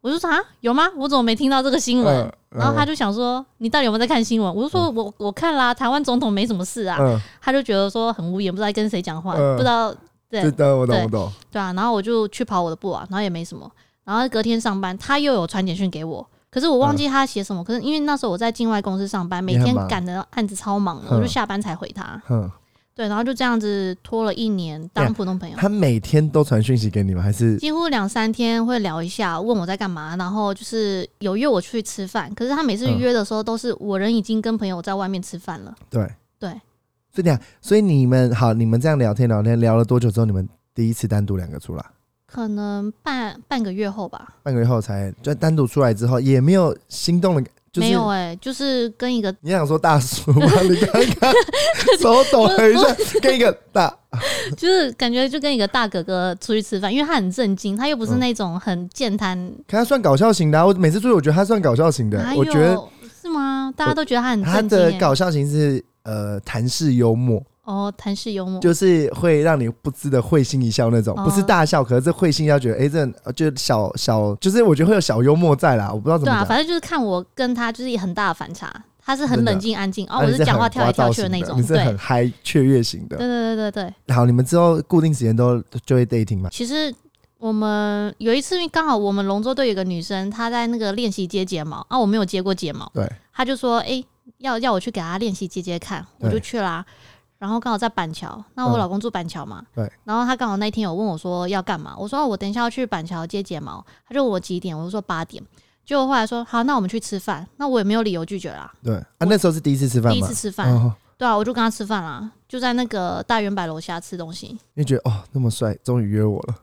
A: 我就说啊，有吗？我怎么没听到这个新闻？
C: 嗯，
A: 然后他就想说：“你到底有没有在看新闻？”我就说我：“我看啦，台湾总统没什么事啊。
C: 嗯，
A: 他就觉得说很无言，不知道在跟谁讲话，
C: 嗯
A: 不知道对
C: 知道我懂
A: 对
C: 我懂，
A: 对啊。然后我就去跑我的步啊，然后也没什么。然后隔天上班，他又有传简讯给我，可是我忘记他写什么。可是因为那时候我在境外公司上班，每
C: 嗯你很
A: 天
C: 忙
A: 赶的案子超忙的，
C: 嗯
A: 我就下班才回他。
C: 嗯，
A: 对，然后就这样子拖了一年，
C: 哎
A: 当普通朋友。
C: 他每天都传讯息给你吗？还是
A: 几乎两三天会聊一下，问我在干嘛，然后就是有约我出去吃饭，可是他每次
C: 嗯
A: 约的时候都是我人已经跟朋友在外面吃饭了，
C: 对
A: 对，
C: 所以等一下，所以你们好，你们这样聊天聊天聊了多久之后，你们第一次单独两个出来？
A: 可能半半个月后吧，
C: 半个月后才就单独出来之后，也没有心动的感，就是
A: 没有哎、就是跟一个
C: 你想说大叔吗？你刚刚手抖了一下，跟一个大
A: 就是感觉就跟一个大哥哥出去吃饭，因为他很震惊，他又
C: 嗯
A: 不是那种很健谈，
C: 可他算搞笑型的、啊，我每次追我觉得他算搞笑型的，
A: 哪
C: 我觉得
A: 有是吗？大家都觉得他很
C: 他
A: 震惊、
C: 的
A: 欸。
C: 搞笑型是呃谈式幽默，
A: 哦，谈式幽默，
C: 就是会让你不知的会心一笑那种，
A: 哦
C: 不是大笑，可是这会心一笑觉得哎、这呃就小小，就是我觉得会有小幽默在啦，我不知道怎
A: 对
C: 么
A: 啊，
C: 讲。
A: 反正就是看我跟他就是很大的反差，他是
C: 真
A: 很
C: 的
A: 冷静安静，哦，
C: 啊
A: 我
C: 你
A: 是讲话跳来
C: 很花
A: 跳
C: 招
A: 去的
C: 型
A: 那种，
C: 你是
A: 对
C: 很嗨雀跃型的。
A: 对对对对对。
C: 好，你们之后固定时间都就会 dating 吗？
A: 其实我们有一次，因为刚好我们龙舟队有个女生，她在那个练习接睫毛啊，我没有接过睫毛，
C: 对，
A: 她就说，哎、要要我去给她练习接接看，
C: 对
A: 我就去啦。然后刚好在板桥，那我
C: 嗯
A: 老公住板桥嘛，
C: 对。
A: 然后他刚好那一天有问我说要干嘛，我说、哦我等一下要去板桥接睫毛，他就问我几点，我就说八点。结果后来说好，那我们去吃饭，那我也没有理由拒绝啦。
C: 对啊，那时候是第一次吃饭吗？
A: 第一次吃饭，
C: 哦，
A: 对啊，我就跟他吃饭啦，就在那个大圆柏楼下吃东 西。
C: 你觉得哦，那么帅，终于约我了，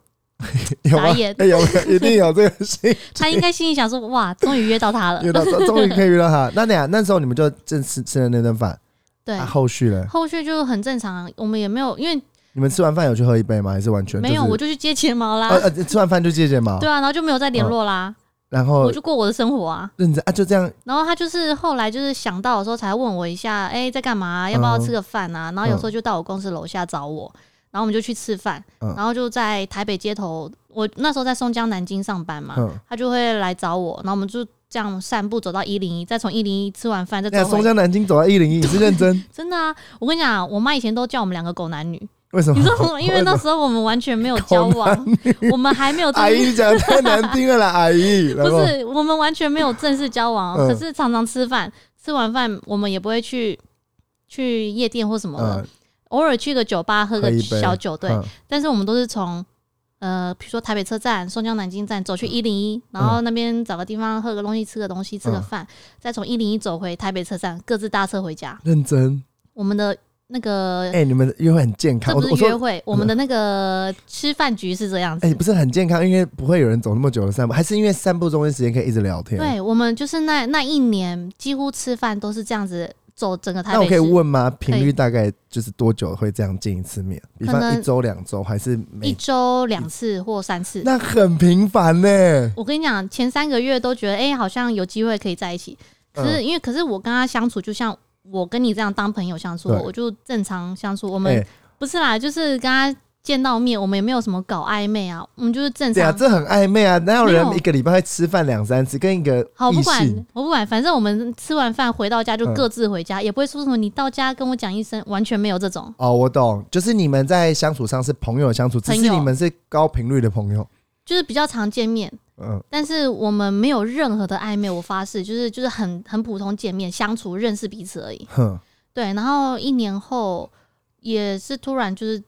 C: 有吗
A: 傻？眼
C: 哎有没有？一定有这个心，
A: 他应该心里想说，哇，终于约到他了。
C: 约到终于可以约到他。那你啊，那时候你们就正式吃了那顿饭，
A: 对，
C: 啊，后续呢？
A: 后续就很正常，啊我们也没有，因为
C: 你们吃完饭有去喝一杯吗？还是完全
A: 没有，
C: 就是
A: 我就去接睫毛啦，
C: 呃呃，吃完饭就借睫毛，
A: 对啊，然后就没有再联络啦，
C: 然
A: 我
C: 后
A: 就过我的生活啊。
C: 认真啊，就这样，
A: 然后他就是后来就是想到的时候才问我一下，哎、在干嘛啊、要不要吃个饭啊？然后有时候就到我公司楼下找我，然后我们就去吃饭，
C: 嗯
A: 然后就在台北街头，我那时候在松江南京上班嘛，
C: 嗯，
A: 他啊就会来找我，然后我们就这样散步走到一零一，再从一零一吃完饭再
C: 那
A: 走
C: 哎松
A: 回。
C: 江南京走到一零一，你是认真？
A: 真的啊，我跟你讲，我妈以前都叫我们两个狗男女，
C: 为什 么？
A: 你知道吗？因为那
C: 什么
A: 时候我们完全没有交往， 我们还没有正
C: 阿姨
A: 式，
C: 你讲得太难听了啦，阿姨，然后
A: 不是我们完全没有正式交往，
C: 嗯
A: 可是常常吃饭，吃完饭我们也不会去去夜店或什么的，
C: 嗯，
A: 偶尔去个酒吧喝
C: 喝
A: 个
C: 一杯
A: 小酒，对。
C: 嗯
A: 但是我们都是从呃，比如说台北车站、松江南京站走去
C: 嗯
A: 一零一，然后那边找个地方喝个东西、吃个东西、吃个
C: 嗯
A: 饭，再从一零一走回台北车站，各自搭车回家。
C: 认真。
A: 我们的那个。
C: 哎，你们约会很健
A: 这
C: 康，我
A: 不
C: 我
A: 是
C: 说嗯
A: 约会，我们的那个吃饭局是这样子
C: 哎、。不是很健康，因为不会有人走那么久的散步，还是因为散步中间时间可以一直聊天。，
A: 对我们就是那那一年几乎吃饭都是这样子走整个台
C: 那我
A: 北
C: 可以
A: 市，
C: 问吗？频
A: 可
C: 率
A: 以
C: 大概就是多久会这样见一次面？比
A: 可
C: 方
A: 能
C: 一周、两周，还是
A: 一
C: 每？
A: 周两次或三次。
C: 那很频繁呢、
A: 我跟你讲，前三个月都觉得哎、好像有机会可以在一起，可
C: 嗯
A: 是因为可是我跟他相处，就像我跟你这样当朋友相处，
C: 对哎
A: 我就正常相处。我
C: 我
A: 们、不是啦，就是跟他见到面，我们也没有什么搞暧昧啊，我们就是正
C: 对啊，
A: 常。
C: 这很暧昧啊！哪有
A: 没
C: 人
A: 有
C: 一个礼拜会吃饭两三次？跟一个
A: 好，我
C: 异
A: 不管
C: 性，
A: 我不管，反正我们吃完饭回到家就
C: 嗯
A: 各自回家，也不会说什么你到家跟我讲一声，完全没有这种。
C: 哦，我懂，就是你们在相处上是朋友相处，只
A: 朋友
C: 是你们是高频率的朋友。
A: 就是比较常见面，
C: 嗯，
A: 但是我们没有任何的暧昧，我发誓，就是就是很很普通见面相处认识彼此而已。
C: 哼，
A: 对，然后一年后也是突然就是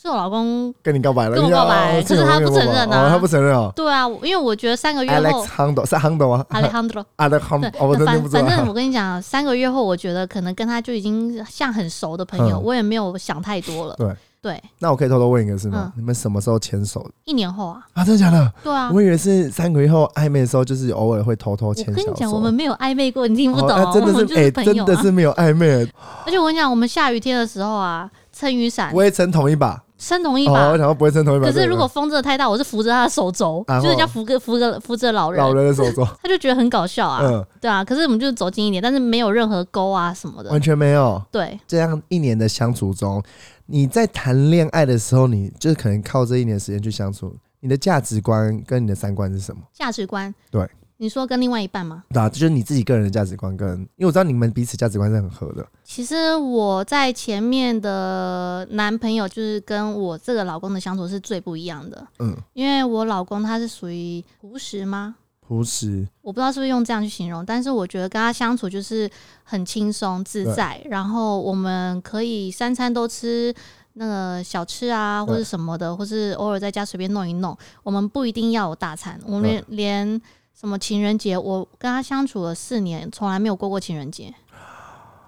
A: 是我老公，
C: 跟你告白了，
A: 跟我
C: 你要
A: 告白
C: 哦
A: 可是他不承认啊
C: 哦他不承认哦。
A: 对啊，我因为我觉得三个月
C: Alex
A: 后
C: Hundo 是 Hundo 吗
A: Alejandro。
C: ？Alex Hundo，
A: 对，
C: 哦我真
A: 那
C: 的
A: 反
C: 不知道。
A: 反正我跟你讲，啊三个月后，我觉得可能跟他就已经像很熟的朋友，
C: 嗯
A: 我也没有想太多了。
C: 对
A: 对，
C: 那我可以偷偷问一个事吗？你们什么时候牵手的
A: 一年后啊，
C: 啊？真的假的？
A: 对嗯啊，
C: 我以为是三个月后暧昧的时候，就是偶尔会偷偷
A: 我
C: 牵
A: 跟
C: 小手。
A: 你讲，我们没有暧昧过，你听不懂，
C: 哦那真
A: 我
C: 的
A: 们
C: 是哎
A: 就是朋友
C: 真
A: 啊。
C: 的是没有暧 昧，
A: 而且我跟你讲，我们下雨天的时候啊，撑雨伞
C: 不，会撑同一把。
A: 撑同一
C: 哦，
A: 把。
C: 我想到不会撑同一把。
A: 可是
C: 对
A: 如果风真的太大，我是扶着他的手肘，
C: 然后
A: 就是要扶个扶个扶着老
C: 对
A: 人，
C: 老人的手肘，
A: 他就觉得很搞笑啊，
C: 嗯，
A: 对啊。可是我们就是走近一点，但是没有任何沟啊什么的
C: 完，全没有。
A: 对，
C: 这样一年的相处中，你在谈恋爱的时候，你就是可能靠这一年时间去相处，你的价值观跟你的三观是什么？
A: 价值观。
C: 对，
A: 你说跟另外一半吗？
C: 那、啊、这就是你自己个人的价值观跟，因为我知道你们彼此价值观是很合的。
A: 其实我在前面的男朋友就是跟我这个老公的相处是最不一样的，
C: 嗯，
A: 因为我老公他是属于朴实吗？
C: 朴实，
A: 我不知道是不是用这样去形容，但是我觉得跟他相处就是很轻松自在，然后我们可以三餐都吃那个小吃啊，
C: 对
A: 或者什么的，或是偶尔在家随便弄一弄。我们不一定要有大餐，我们连什么情人节，我跟他相处了四年，从来没有过过情人节。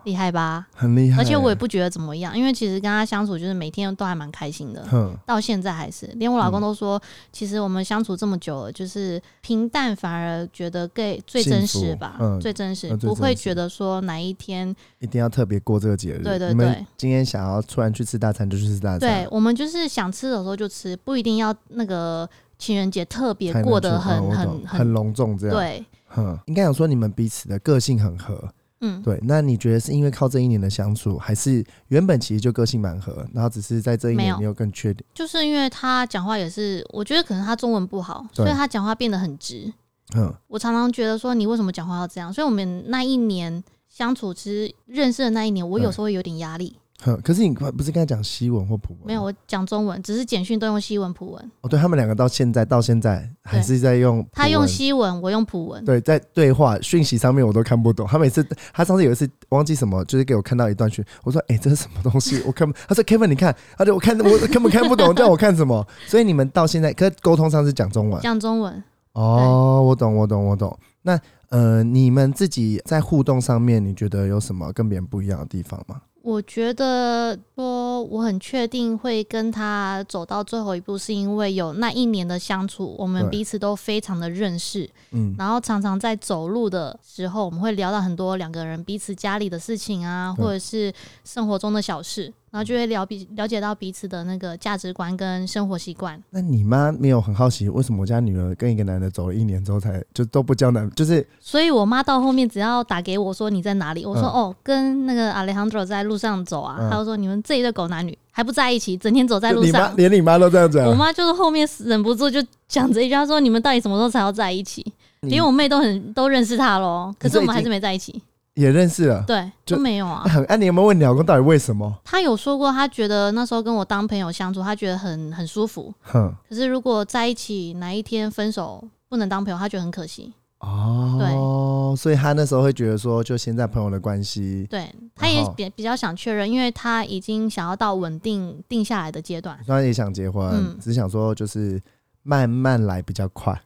A: 厉害吧？
C: 很厉害欸。
A: 而且我也不觉得怎么样，因为其实跟他相处就是每天都还蛮开心的，
C: 哼，
A: 到现在还是。连我老
C: 嗯
A: 公都说，其实我们相处这么久了，就是平淡反而觉得最最
C: 幸
A: 真
C: 福
A: 实吧，
C: 嗯
A: 最真实，
C: 那最
A: 不会
C: 真实
A: 觉得说哪一天
C: 一定要特别过这个节日。
A: 对对
C: 你们
A: 对
C: 今天想要突然去吃大餐就去吃大餐
A: 对，我们就是想吃的时候就吃，不一定要那个情人节特别
C: 才能
A: 过得
C: 出哦
A: 很
C: 我懂
A: 很
C: 很隆重这样。，
A: 对，
C: 哼，应该想说你们彼此的个性很合。
A: 嗯，
C: 对，那你觉得是因为靠这一年的相处，还是原本其实就个性蛮合，然后只是在这一
A: 没
C: 年
A: 有
C: 你有更确定？
A: 就是因为他讲话也是，我觉得可能他中文不好，
C: 对
A: 所以他讲话变得很直。
C: 嗯，
A: 我常常觉得说你为什么讲话要这样？所以我们那一年相处，其实认识的那一年，我
C: 对
A: 有时候会有点压力。
C: 哼，可是你不是跟他讲西文或普文吗？
A: 没有，我讲中文，只是简讯都用西文普文，
C: 哦，对他们两个到现在到现在还是在用
A: 他
C: 葡
A: 用
C: 文
A: 西文，我用普文。
C: 对，在对话讯息上面我都看不懂。他每次，他上次有一次忘记什么，就是给我看到一段讯，我说：“哎、这是什么东西？”我看不，他说：“Kevin，你看。”他说：“我看，我根本看不懂，叫我看什么？”所以你们到现在，可沟通上是讲中文。
A: 讲中文，
C: 哦，我懂，我懂，我懂。那呃，你们自己在互动上面，你觉得有什么跟别人不一样的地方吗？
A: 我觉得说我很确定会跟他走到最后一步，是因为有那一年的相处，我们
C: 对
A: 彼此都非常的认识，
C: 嗯，
A: 然后常常在走路的时候，我们会聊到很多两个人彼此家里的事情啊，
C: 对
A: 或者是生活中的小事，然后就会了比了解到彼此的那个价值观跟生活习惯。
C: 那你妈没有很好奇，为什么我家女儿跟一个男的走了一年之后才就都不交男，就是
A: 所以我妈到后面只要打给我说你在哪里，我说、
C: 嗯
A: 哦，跟那个 Alejandro 在路上走啊，
C: 嗯
A: 她就说你们这一对狗男女还不在一起，整天走在
C: 就
A: 路
C: 你妈
A: 上。
C: 连你妈都这样讲啊
A: 我。妈就是后面忍不住就讲这一句，她说你们到底什么时候才要在一起？
C: 你
A: 连我妹都很都认识她喽，可是我
C: 嗯你
A: 们
C: 说已经
A: 还是没在一起。
C: 也认识了，
A: 对，
C: 就
A: 就没有啊
C: 那。很，哎、你有没有问你老公到底为什么？
A: 他有说过，他觉得那时候跟我当朋友相处，他觉得很很舒服。
C: 哼，
A: 可是如果在一起哪一天分手，不能当朋友，他觉得很可惜。
C: 哦，所以他那时候会觉得说，就现在朋友的关系，
A: 对，他也
C: 然后
A: 比比较想确认，因为他已经想要到稳定定下来的阶段。
C: 他也想结婚，
A: 嗯
C: 只想说就是慢慢来比较快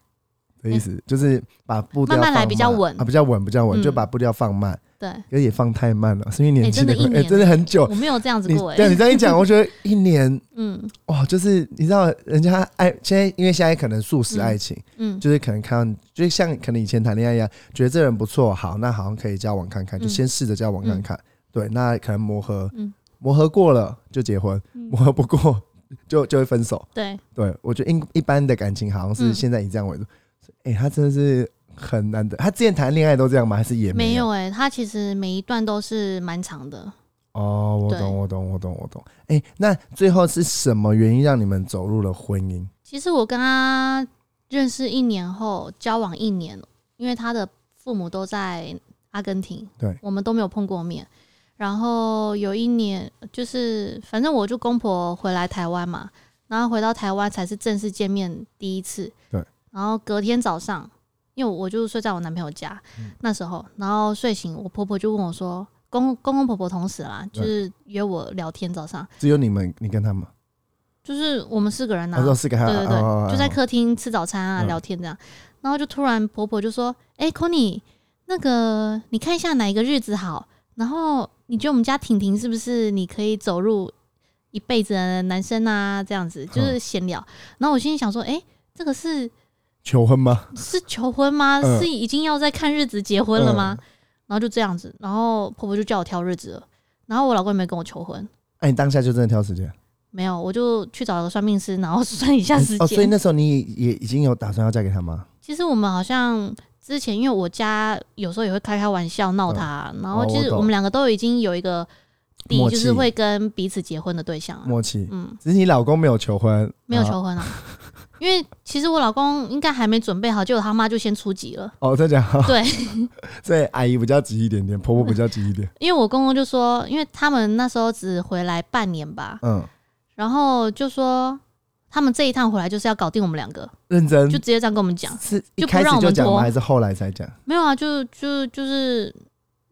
C: 的意思，就是把步调
A: 嗯慢慢来
C: 放
A: 比较稳
C: 啊，比较稳，比较稳，
A: 嗯
C: 就把步调放慢，
A: 对，
C: 可是也放太慢了，是因为年轻
A: 哎真的一
C: 关
A: 年
C: 哎真的很久
A: 我。没有这样子
C: 你
A: 过哎、
C: 对你这样一讲，我觉得一年
A: 嗯
C: 哇，就是你知道，人家爱现在，因为现在可能素食爱情，
A: 嗯，
C: 就是可能看到，就是像可能以前谈恋爱一样，觉得这人不错，好，那好像可以交往看看，就
A: 嗯
C: 先试着交往看看。对，那可能磨合，
A: 嗯
C: 磨合过了就结婚，磨合不过就 就会分手。
A: 对，
C: 对我觉得一一般的感情好像是
A: 嗯
C: 现在以这样为主。哎、他真的是很难得。他之前谈恋爱都这样吗？还是也
A: 没
C: 有
A: 有哎、他其实每一段都是蛮长的。
C: 哦，我
A: 对
C: 懂，我懂，我懂，我懂。哎、那最后是什么原因让你们走入了婚姻？
A: 其实我跟他认识一年后，交往一年，因为他的父母都在阿根廷，
C: 对
A: 我们都没有碰过面。然后有一年，就是反正我就公婆回来台湾嘛，然后回到台湾才是正式见面第一次。
C: 对。
A: 然后隔天早上，因为我就睡在我男朋友家，
C: 嗯
A: 那时候，然后睡醒，我婆婆就问我说：“公公公婆婆同时啦，
C: 对
A: 就是约我聊天，早上
C: 只有你们，你跟他们，
A: 就是我们四个人呐、啊
C: 他说是给他，
A: 对对对，
C: 哦
A: 就在
C: 哦
A: 客厅吃早餐啊，
C: 嗯
A: 聊天这样。然后就突然婆婆就说：“哎、c o n n i e 那个你看一下哪一个日子好？然后你觉得我们家婷婷是不是你可以走入一辈子的男生啊？这样子就是闲聊。然后我心里想说：“哎、这个是
C: 求婚吗？
A: 是求婚吗？
C: 嗯
A: 是已经要在看日子结婚了吗？”然后就这样子，然后婆婆就叫我挑日子了。然后我老公也没跟我求婚，
C: 哎、你当下就真的挑时间。
A: 没有，我就去找了个算命师，然后算一下时间、
C: 哦，所以那时候你也已经有打算要嫁给他吗？
A: 其实我们好像之前，因为我家有时候也会开开玩笑闹他，然后其
C: 嗯哦我
A: 实
C: 懂
A: 我们两个都已经有一个底
C: 默，契
A: 就是会跟彼此结婚的对象、啊。
C: 默契，
A: 嗯，
C: 只是你老公没有求婚，
A: 没有
C: 啊
A: 求婚啊， 因为其实我老公应该还没准备好，结果他妈就先出击了。
C: 哦，再讲，
A: 对，
C: 所以阿姨比较急一点点，婆婆比较急一点，
A: 因为我公公就说，因为他们那时候只回来半年吧，
C: 嗯，
A: 然后就说他们这一趟回来就是要搞定我们两个，
C: 认真，
A: 就直接这样跟我们讲。
C: 是一
A: 就不
C: 开始
A: 让我
C: 就
A: 们
C: 讲吗？
A: 拖
C: 还是后来才讲？
A: 没有啊，就就就是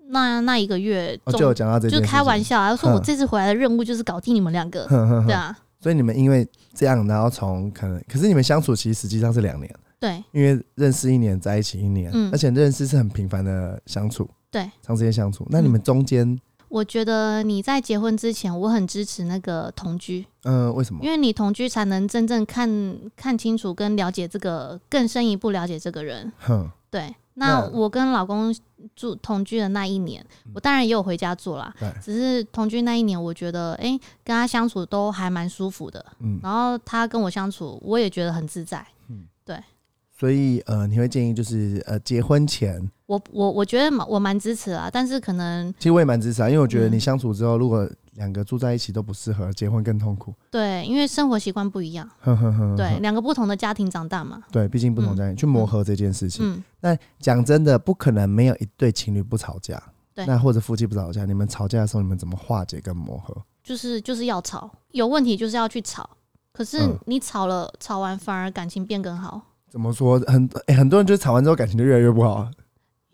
A: 那那一个月
C: 哦，
A: 中
C: 就有讲到这件
A: 就
C: 事
A: 是
C: 情，
A: 开 玩笑啊，他说我
C: 嗯
A: 这次回来的任务就是搞定你们两个，
C: 哼哼
A: 对
C: 哼。
A: 啊，
C: 所以你们因为这样，然后从可能，可是你们相处其实实际上是两年，
A: 对
C: 因为认识一年，在一起一年，
A: 嗯
C: 而且认识是很频繁的相处，
A: 对，嗯
C: 长时间相处。那你们中间
A: 我觉得你在结婚之前，我很支持那个同居，
C: 嗯、为什么
A: 因？为你同居才能真正看看清楚跟了解这个更深一步了解这个人。
C: 哼，
A: 对，那
C: 那
A: 我跟老公住同居的那一年，我当然也有回家住啦
C: 嗯对，
A: 只是同居那一年，我觉得诶，跟他相处都还蛮舒服的，
C: 嗯
A: 然后他跟我相处，我也觉得很自在。
C: 所以呃，你会建议就是呃，结婚前，
A: 我我我觉得蛮我蛮支持啦，但是可能
C: 其实我也蛮支持啊，因为我觉得
A: 嗯
C: 你相处之后，如果两个住在一起都不适合，结婚更痛苦。
A: 对，因为生活习惯不一样，
C: 哼哼嗯哼，
A: 对，
C: 哼
A: 两个不同的家庭长大嘛，
C: 对，毕竟不同家庭、去磨合这件事情。
A: 嗯，
C: 讲真的，不可能没有一对情侣不吵架。
A: 对
C: 那或者夫妻不吵架，你们吵架的时候，你们怎么化解跟磨合？
A: 就是就是要吵，有问题就是要去吵，可是
C: 嗯
A: 你吵了，吵完反而感情变更好。
C: 怎么说？很、诶很多人就是吵完之后感情就越来越不好。啊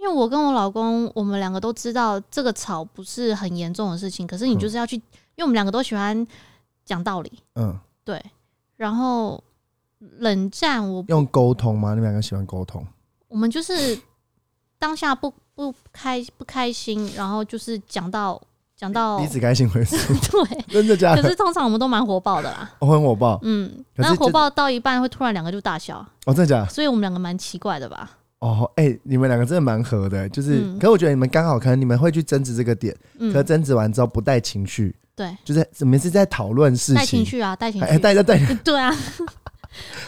A: 因为我跟我老公，我们两个都知道这个吵不是很严重的事情，可是你就是要去，因为我们两个都喜欢讲道理，
C: 嗯，
A: 对，然后冷战我
C: 用沟通吗？你们两个喜欢沟通？
A: 我们就是当下不不开不开心，然后就是讲到讲到
C: 彼此开心 为主，
A: 对，
C: 真的 假
A: 哦可
C: 的？
A: 是通常我们都蛮火爆的啦，
C: 我很火爆
A: 嗯，
C: 可是
A: 那火
C: 这
A: 爆到一半会突然两个就大笑，
C: 哦，真的假的？
A: 所以我们两个蛮奇怪的吧，
C: 哦，哎、你们两个真的蛮合的，就是，
A: 嗯
C: 可是我觉得你们刚好，可能你们会去争执这个点，
A: 嗯
C: 可，争执完之后不带情绪，
A: 对，
C: 就是你们是在讨论事
A: 带情
C: 情，
A: 绪啊，带情
C: 哎，
A: 绪，
C: 带着带，
A: 对 啊，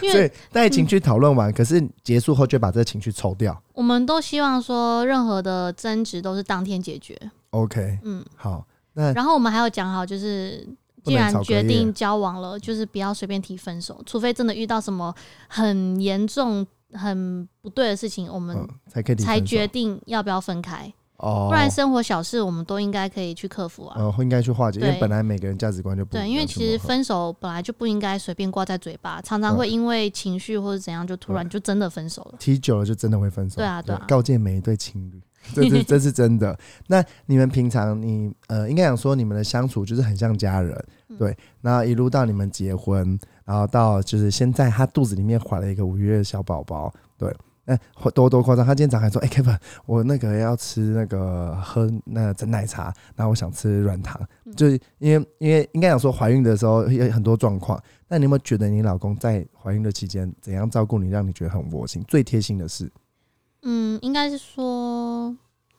A: 因为嗯
C: 所以带情绪讨论完，可是结束后就把这个情绪抽掉。
A: 我们都希望说，任何的争执都是当天解决。
C: OK，
A: 嗯，
C: 好，那
A: 然后我们还有讲好，就是
C: 不
A: 既
C: 能
A: 然
C: 吵隔
A: 决
C: 夜
A: 定，交往了，就是不要随便提分手，除非真的遇到什么很严重、很不对的事情，我们
C: 嗯，才可以离
A: 才
C: 分手
A: 决定要不要分开。
C: 哦，
A: 不然生活小事，我们都应该可以去克服啊。
C: 呃，应该去化解，因为
A: 对
C: 本来每个人价值观就不一样
A: 对，因为
C: 去
A: 其实
C: 磨合
A: 分手本来就不应该随便挂在嘴巴，常常
C: 嗯
A: 会因为情绪或者怎样，就突然就真的分手了。
C: 踢久了就真的会分手。
A: 对啊对啊
C: 告诫每一对情侣，这是这是真的。 那你们平常你呃，应该讲说你们的相处就是很像家人，
A: 嗯
C: 对。那一路到你们结婚，然后到就是现在他肚子里面怀了一个五月的小宝宝，对。哎、多多夸张！他今天早上还说：“哎、k e v i n 我那个要吃那个喝那个整奶茶，然后我想吃软糖。”
A: 嗯
C: 就是因为因为应该讲说怀孕的时候有很多状况，那你有没有觉得你老公在怀孕的期间怎样照顾你，让你觉得很窝心？最贴心的事，
A: 嗯，应该是说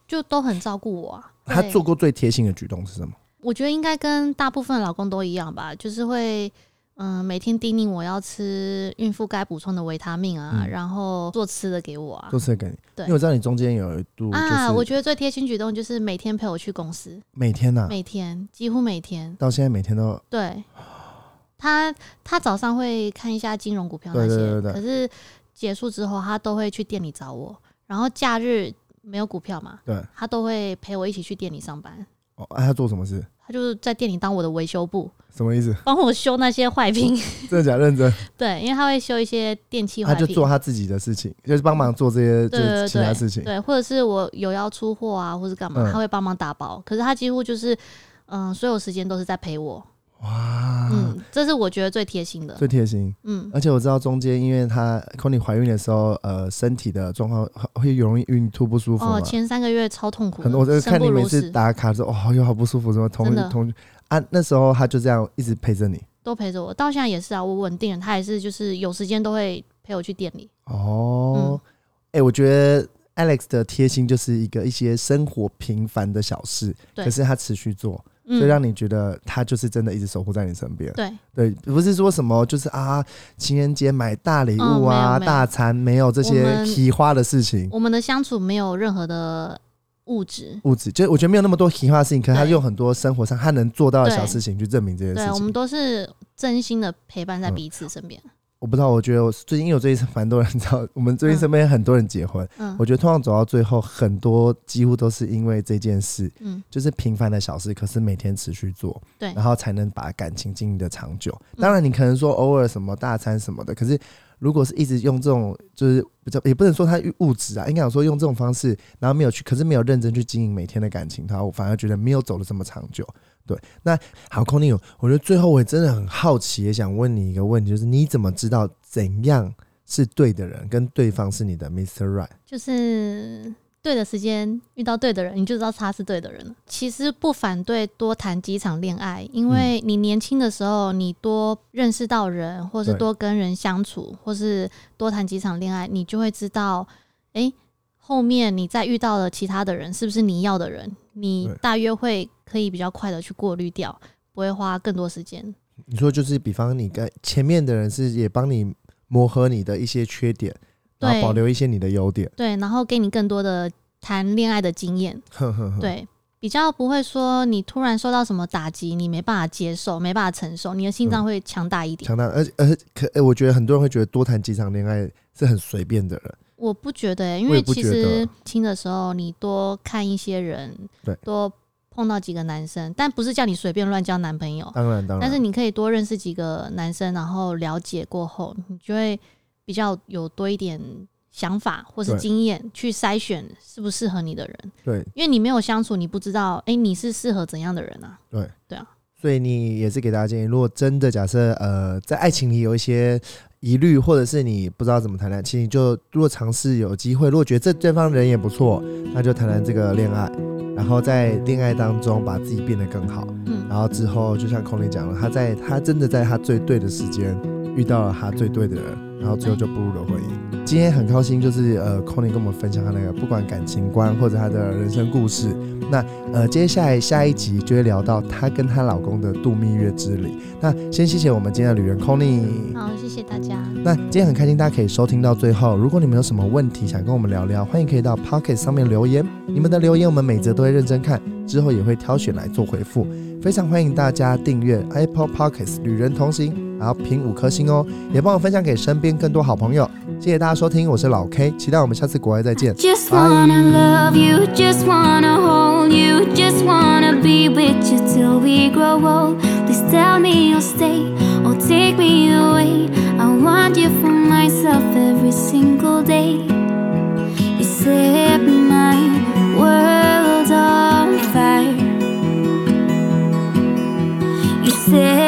A: 就都很照顾我啊。
C: 他
A: 对
C: 做过最贴心的举动是什么？
A: 我觉得应该跟大部分老公都一样吧，就是会。嗯，每天叮咛我要吃孕妇该补充的维他命啊，
C: 嗯
A: 然后做吃的给我啊
C: 做。事给你，
A: 对
C: 因为我知道你中间有一度就
A: 啊，我
C: 是
A: 觉得最贴心举动就是每天陪我去公司，
C: 每天呐、
A: 每天几乎每天。
C: 到现在每天都
A: 对，他他早上会看一下金融股票那些，
C: 对对对对
A: 可是结束之后他都会去店里找我，然后假日没有股票嘛，
C: 对
A: 他都会陪我一起去店里上班，
C: 哦，啊，他做什么事？
A: 他就是在店里当我的维修部，
C: 什么意思？
A: 帮我修那些坏品。
C: 真的假认真？
A: 对，因为他会修一些电器坏
C: 他
A: 品，
C: 就做他自己的事情，就是帮忙做这些就
A: 啊对对
C: 是
A: 对
C: 其他事情。
A: 对，或者是我有要出货啊，或是干嘛，
C: 嗯
A: 他会帮忙打包。可是他几乎就是，嗯，所有时间都是在陪我。
C: 哇，
A: 嗯，这是我觉得最贴心的。
C: 啊最贴心。
A: 嗯，
C: 而且我知道中间因为他 c o n y 怀孕的时候，呃，身体的状况会容易孕吐不舒服嘛。
A: 哦，前三个月超痛苦的，
C: 很多，我就
A: 生
C: 看
A: 不
C: 你每
A: 如
C: 次
A: 死，
C: 打卡说，哦，又好不舒服，什么同
A: 真的
C: 同啊，那时候他就这样一直陪着你。
A: 都陪着我，到现在也是啊。我稳定了，他也是，就是有时间都会陪我去店里。嗯
C: 哦，哎、我觉得 Alex 的贴心就是一个一些生活平凡的小事，
A: 对
C: 可是他持续做，所以
A: 嗯，
C: 让你觉得他就是真的一直守护在你身边。
A: 对，
C: 对，不是说什么就是啊，情人节买大礼物啊、
A: 嗯没有没有
C: 大餐没有这
A: 我
C: 些
A: 们
C: 奇花的事情。
A: 我们的相处没有任何的物质。
C: 物质，就是我觉得没有那么多奇花的事情，可是他
A: 对
C: 用很多生活上他能做到的小
A: 对
C: 事情去证明这件
A: 对，
C: 事
A: 我
C: 情
A: 们。都是真心的陪伴在
C: 嗯
A: 彼此身边。
C: 我不知道，我觉得我最近，因为我最近蛮多人 知道，我们最近身边很多人结婚，
A: 嗯
C: 我觉得通常走到最后，很多几乎都是因为这件事，
A: 嗯，
C: 就是平凡的小事，可是每天持续做，
A: 对嗯
C: 然后才能把感情经营的长久。当然，你可能说偶尔什么大餐什么的，可是如果是一直用这种，就是比较也不能说它物质啊，应该讲说用这种方式，然后没有去，可是没有认真去经营每天的感情，它我反而觉得没有走的这么长久。对，那好，空宁，我觉得最后我也真的很好奇，也想问你一个问题，就是你怎么知道怎样是对的人，跟对方是你的 Mr. Right？
A: 就是对的时间遇到对的人，你就知道他是对的人了。其实不反对多谈几场恋爱，因为
C: 嗯
A: 你年轻的时候，你多认识到人，或是
C: 对
A: 多跟人相处，或是多谈几场恋爱，你就会知道，诶，后面你再遇到了其他的人，是不是你要的人？你
C: 对
A: 大约会可以比较快的去过滤掉，不会花更多时间。
C: 你说就是，比方你跟前面的人是也帮你磨合你的一些缺点，然后
A: 对
C: 保留一些你的优点。
A: 对，然后给你更多的谈恋爱的经验。
C: 哼哼哼，
A: 对，比较不会说你突然受到什么打击，你没办法接受，没办法承受，你的心脏会强大一点。
C: 强大。而且而且可，呃我觉得很多人会觉得多谈几场恋爱是很随便的人。
A: 我不觉得欸、因
C: 我也
A: 为
C: 不
A: 其
C: 觉得
A: 实亲的时候，你多看一些人
C: 对，
A: 多碰到几个男生，但不是叫你随便乱交男朋友，
C: 当然，
A: 哦
C: 当然。
A: 但是你可以多认识几个男生，然后了解过后，你就会比较有多一点。想法或是
C: 对
A: 经验去筛选适不适合你的人，
C: 对
A: 因为你没有相处，你不知道，哎、你是适合怎样的人啊？
C: 对
A: 对啊，
C: 所以你也是给大家建议，如果真的假设呃在爱情里有一些疑虑，或者是你不知道怎么谈恋爱，其实你就如果尝试有机会，如果觉得这对方人也不错，那就谈谈这个恋爱，然后在恋爱当中把自己变得更好。
A: 嗯，
C: 然后之后就像孔玲讲了，他在他真的在他最对的时间遇到了他最对的人，然后最后就步入了婚姻。今天很高兴，就是呃孔玲跟我们分享她那个不管感情观或者她的人生故事。那呃接下来下一集就会聊到她跟她老公的度蜜月之旅。那先谢谢我们今天的旅人孔玲。
A: 好，谢谢大家。
C: 那今天很开心，大家可以收听到最后。如果你们有什么问题想跟我们聊聊，欢迎可以到 Pocket 上面留言。你们的留言我们每则都会认真看，之后也会挑选来做回复。非常欢迎大家订阅 Apple Pockets 旅人同行，然后评五颗星哦，也帮我分享给身边更多好朋友。谢谢大家收听，我是老 K，期待我们下次国外再见。
B: Just
C: Bye.
B: wanna love you, just wanna hold you, just wanna be with you till we grow old. Please tell me you'll stay or take me away. I want you for myself every single day. You set my world on fire. You set